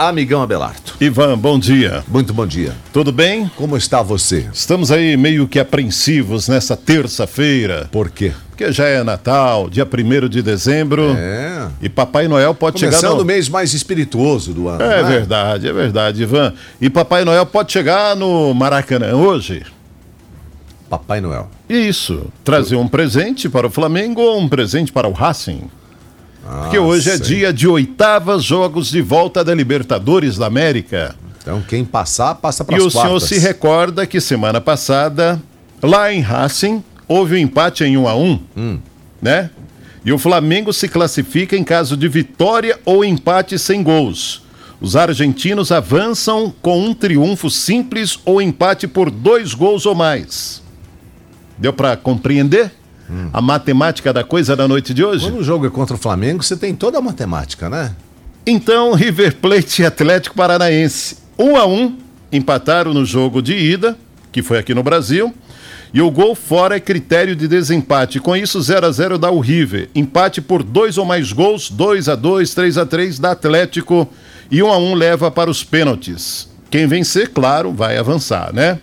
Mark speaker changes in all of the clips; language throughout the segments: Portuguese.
Speaker 1: Amigão Abelardo.
Speaker 2: Ivan, bom dia.
Speaker 1: Muito bom dia.
Speaker 2: Tudo bem?
Speaker 1: Como está você?
Speaker 2: Estamos aí meio que apreensivos nessa terça-feira.
Speaker 1: Por quê?
Speaker 2: Porque já é Natal, dia 1 de dezembro.
Speaker 1: É.
Speaker 2: E Papai Noel pode
Speaker 1: Começando
Speaker 2: chegar.
Speaker 1: o mês mais espirituoso do ano. né?
Speaker 2: É verdade, é verdade, Ivan. E Papai Noel pode chegar no Maracanã hoje.
Speaker 1: Papai Noel.
Speaker 2: Isso. Trazer um presente para o Flamengo ou um presente para o Racing. Porque
Speaker 1: Ah,
Speaker 2: hoje é
Speaker 1: sei.
Speaker 2: dia de oitavas jogos de volta da Libertadores da América.
Speaker 1: Então quem passar, passa para
Speaker 2: e o
Speaker 1: as quartas.
Speaker 2: senhor se recorda que semana passada, lá em Racing, houve um empate em 1 a 1 né? E o Flamengo se classifica em caso de vitória ou empate sem gols. Os argentinos avançam com um triunfo simples ou empate por dois gols ou mais. Deu para compreender a matemática da coisa da noite de hoje?
Speaker 1: Quando o jogo é contra o Flamengo, você tem toda a matemática, né?
Speaker 2: Então, River Plate e Atlético Paranaense, 1 a 1 empataram no jogo de ida, que foi aqui no Brasil, e o gol fora é critério de desempate. Com isso, 0 a 0 dá o River. Empate por dois ou mais gols, 2 a 2, 3 a 3 dá Atlético e 1 a 1 leva para os pênaltis. Quem vencer, claro, vai avançar, né?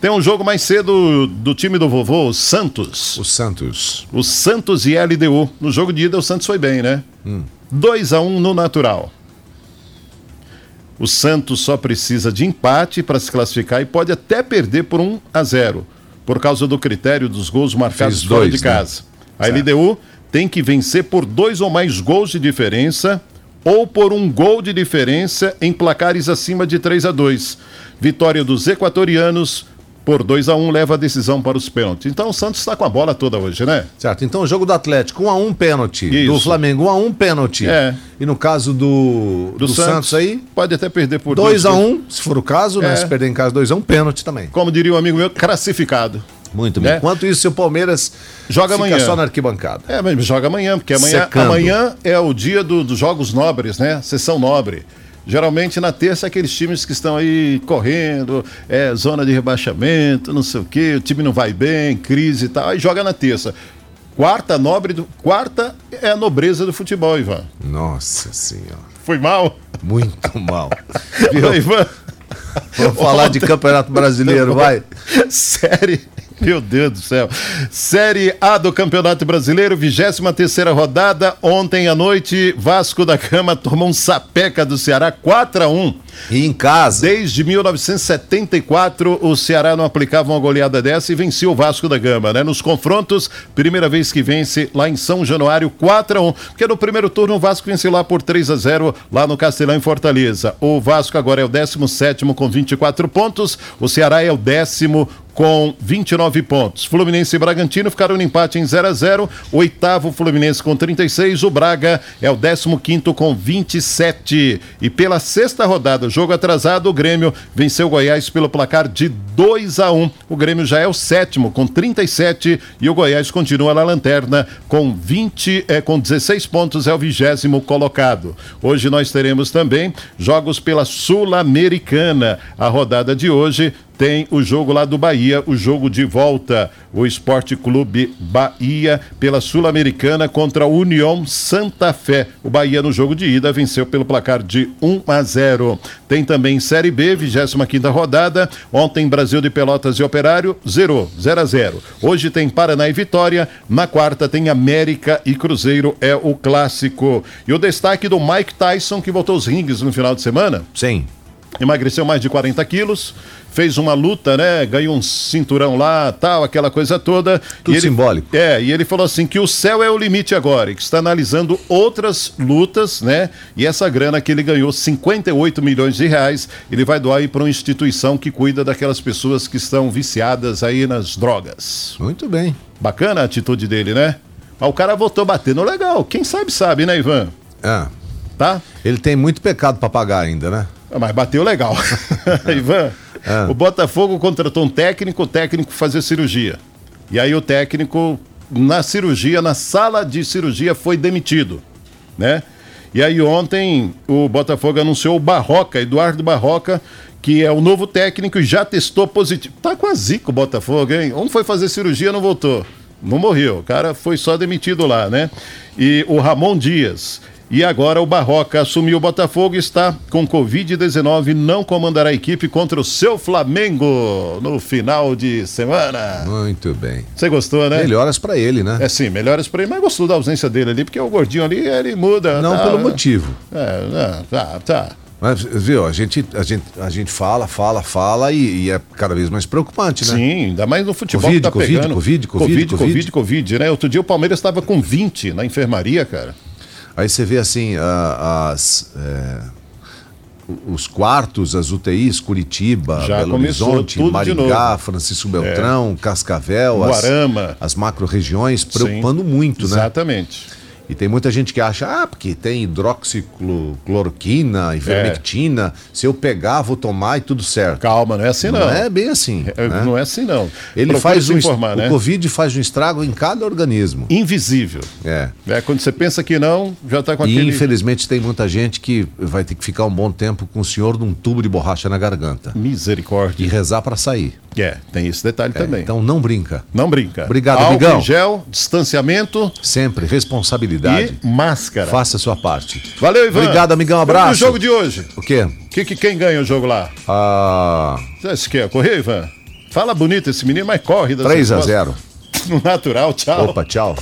Speaker 2: Tem um jogo mais cedo do time do vovô, o Santos.
Speaker 1: O Santos.
Speaker 2: O Santos e LDU. No jogo de ida, o Santos foi bem, né?
Speaker 1: Hum.
Speaker 2: 2 a 1 no natural. O Santos só precisa de empate para se classificar e pode até perder por 1 a 0 por causa do critério dos gols marcados
Speaker 1: Fez
Speaker 2: fora
Speaker 1: dois,
Speaker 2: de
Speaker 1: né?
Speaker 2: casa. A LDU tem que vencer por dois ou mais gols de diferença ou por um gol de diferença em placares acima de 3 a 2. Vitória dos equatorianos por 2 a 1 leva a decisão para os pênaltis. Então o Santos está com a bola toda hoje, né?
Speaker 1: Certo, então o jogo do Atlético, 1 a 1 pênalti. Do
Speaker 2: Isso.
Speaker 1: Flamengo, 1 a 1 pênalti.
Speaker 2: É.
Speaker 1: E no caso do, do, Santos. aí,
Speaker 2: Pode até perder por
Speaker 1: 2 a
Speaker 2: gols.
Speaker 1: 1 se for o caso, né?
Speaker 2: É.
Speaker 1: Se perder em casa 2 a 1 pênalti também.
Speaker 2: Como diria um amigo meu, classificado.
Speaker 1: Muito
Speaker 2: bem.
Speaker 1: Enquanto isso, o Palmeiras
Speaker 2: Joga
Speaker 1: fica
Speaker 2: amanhã.
Speaker 1: só na arquibancada.
Speaker 2: É, mas joga amanhã, porque amanhã,
Speaker 1: Secando.
Speaker 2: amanhã é o dia do- dos jogos nobres, né? Sessão nobre. Geralmente na terça é aqueles times que estão aí correndo, é zona de rebaixamento, não sei o quê, o time não vai bem, crise e tal, aí joga na terça. Quarta nobre, do, quarta é a nobreza do futebol, Ivan.
Speaker 1: Nossa senhora.
Speaker 2: Fui mal?
Speaker 1: Muito mal.
Speaker 2: Ô, Ivan,
Speaker 1: Vamos falar de Campeonato Brasileiro, vai.
Speaker 2: Série. Meu Deus do céu. Série A do Campeonato Brasileiro, 23 rodada. Ontem à noite, Vasco da Gama tomou um sapeca do Ceará 4 a 1
Speaker 1: E em casa.
Speaker 2: Desde 1974, o Ceará não aplicava uma goleada dessa e venceu o Vasco da Gama, né? Nos confrontos, primeira vez que vence lá em São Januário, 4 a 1 Porque no primeiro turno o Vasco venceu lá por 3 a 0 lá no Castelão em Fortaleza. O Vasco agora é o 17 com 24 pontos, o Ceará é o décimo com 29 pontos. Fluminense e Bragantino ficaram no empate em 0 a 0 Oitavo Fluminense com 36. O Braga é o 15 com 27. E pela sexta rodada, jogo atrasado, o Grêmio venceu o Goiás pelo placar de 2 a 1 O Grêmio já é o sétimo com 37 e o Goiás continua na lanterna com 20, eh, com 16 pontos, é o vigésimo colocado. Hoje nós teremos também jogos pela Sul-Americana. A rodada de hoje tem o jogo lá do Bahia, o jogo de volta. O Esporte Clube Bahia pela Sul-Americana contra a União Santa Fé. O Bahia no jogo de ida venceu pelo placar de 1 a 0. Tem também Série B, 25ª rodada. Ontem Brasil de Pelotas e Operário zerou, 0 a 0. Hoje tem Paraná e Vitória, na quarta tem América e Cruzeiro é o clássico. E o destaque do Mike Tyson que voltou aos ringues no final de semana
Speaker 1: Sim.
Speaker 2: emagreceu mais de 40 quilos, fez uma luta, né? Ganhou um cinturão lá, tal, aquela coisa toda.
Speaker 1: Tudo
Speaker 2: E ele-
Speaker 1: simbólico.
Speaker 2: É, e ele falou assim que o céu é o limite agora, e que está analisando outras lutas, né? E essa grana que ele ganhou, 58 milhões de reais, ele vai doar aí para uma instituição que cuida daquelas pessoas que estão viciadas aí nas drogas.
Speaker 1: Muito bem.
Speaker 2: Bacana a atitude dele, né? Mas o cara voltou batendo legal. Quem sabe sabe, né, Ivan?
Speaker 1: Ah,
Speaker 2: Tá?
Speaker 1: ele tem muito pecado pra pagar ainda, né?
Speaker 2: Ah, Mas bateu legal. Ivan, o Botafogo contratou um técnico, o técnico fazer cirurgia. E aí o técnico, na cirurgia, na sala de cirurgia, foi demitido, né? E aí ontem o Botafogo anunciou o Barroca, Eduardo Barroca, que é o novo técnico e já testou positivo. Tá com a zica o Botafogo, hein? Um foi fazer cirurgia, não voltou. Não morreu, o cara foi só demitido lá, né? E o Ramon Dias, E agora o Barroca assumiu o Botafogo e está com Covid-19, não comandará a equipe contra o seu Flamengo no final de semana.
Speaker 1: Muito bem.
Speaker 2: Você gostou, né?
Speaker 1: Melhoras pra ele, né?
Speaker 2: É sim, melhores pra ele, mas gostou da ausência dele ali, porque o gordinho ali, ele muda.
Speaker 1: Não
Speaker 2: tá,
Speaker 1: pelo motivo.
Speaker 2: É, é, tá, tá.
Speaker 1: Mas, viu, a gente, a gente, a gente fala, fala, fala e, e é cada vez mais preocupante, né?
Speaker 2: Sim, ainda mais no futebol
Speaker 1: Covid,
Speaker 2: que tá
Speaker 1: Covid,
Speaker 2: pegando.
Speaker 1: Covid, Covid,
Speaker 2: Covid, Covid, Covid, né? Outro dia o Palmeiras estava com 20 na enfermaria, cara.
Speaker 1: Aí você vê assim, a- as, é, o- os quartos, as UTIs, Curitiba,
Speaker 2: Já
Speaker 1: Belo
Speaker 2: começou
Speaker 1: Horizonte,
Speaker 2: tudo de É.
Speaker 1: Marigá, Francisco Beltrão, Cascavel,
Speaker 2: Guarama.
Speaker 1: as, as macro-regiões, preocupando muito, né?
Speaker 2: Exatamente.
Speaker 1: E tem muita gente que acha, ah, porque tem
Speaker 2: É.
Speaker 1: hidroxicloroquina, ivermectina, se eu pegar, vou tomar e tudo certo.
Speaker 2: Calma, não é assim não.
Speaker 1: Não é bem assim.
Speaker 2: É,
Speaker 1: né?
Speaker 2: Não é assim não.
Speaker 1: Ele
Speaker 2: Procure
Speaker 1: faz
Speaker 2: se
Speaker 1: um, est-
Speaker 2: informar, né?
Speaker 1: O Covid faz um estrago em cada organismo.
Speaker 2: Invisível.
Speaker 1: É.
Speaker 2: É, quando você pensa que não, já tá com
Speaker 1: E
Speaker 2: aquele...
Speaker 1: infelizmente tem muita gente que vai ter que ficar um bom tempo com o senhor num tubo de borracha na garganta e
Speaker 2: Misericórdia.
Speaker 1: rezar pra sair.
Speaker 2: É, tem esse detalhe
Speaker 1: É,
Speaker 2: também.
Speaker 1: Então não brinca.
Speaker 2: Não brinca.
Speaker 1: Obrigado,
Speaker 2: Álcool
Speaker 1: amigão.
Speaker 2: em gel, distanciamento
Speaker 1: Sempre responsabilidade.
Speaker 2: e máscara.
Speaker 1: Faça a sua parte.
Speaker 2: Valeu, Ivan.
Speaker 1: Obrigado, amigão.
Speaker 2: E o
Speaker 1: Abraço.
Speaker 2: jogo de hoje?
Speaker 1: O quê?
Speaker 2: Que, que, quem ganha o jogo lá?
Speaker 1: Ah,
Speaker 2: Você quer correr, Ivan? Fala bonito esse menino, mas corre. das
Speaker 1: 3 a
Speaker 2: respostas.
Speaker 1: 0.
Speaker 2: No natural, tchau.
Speaker 1: Opa, tchau.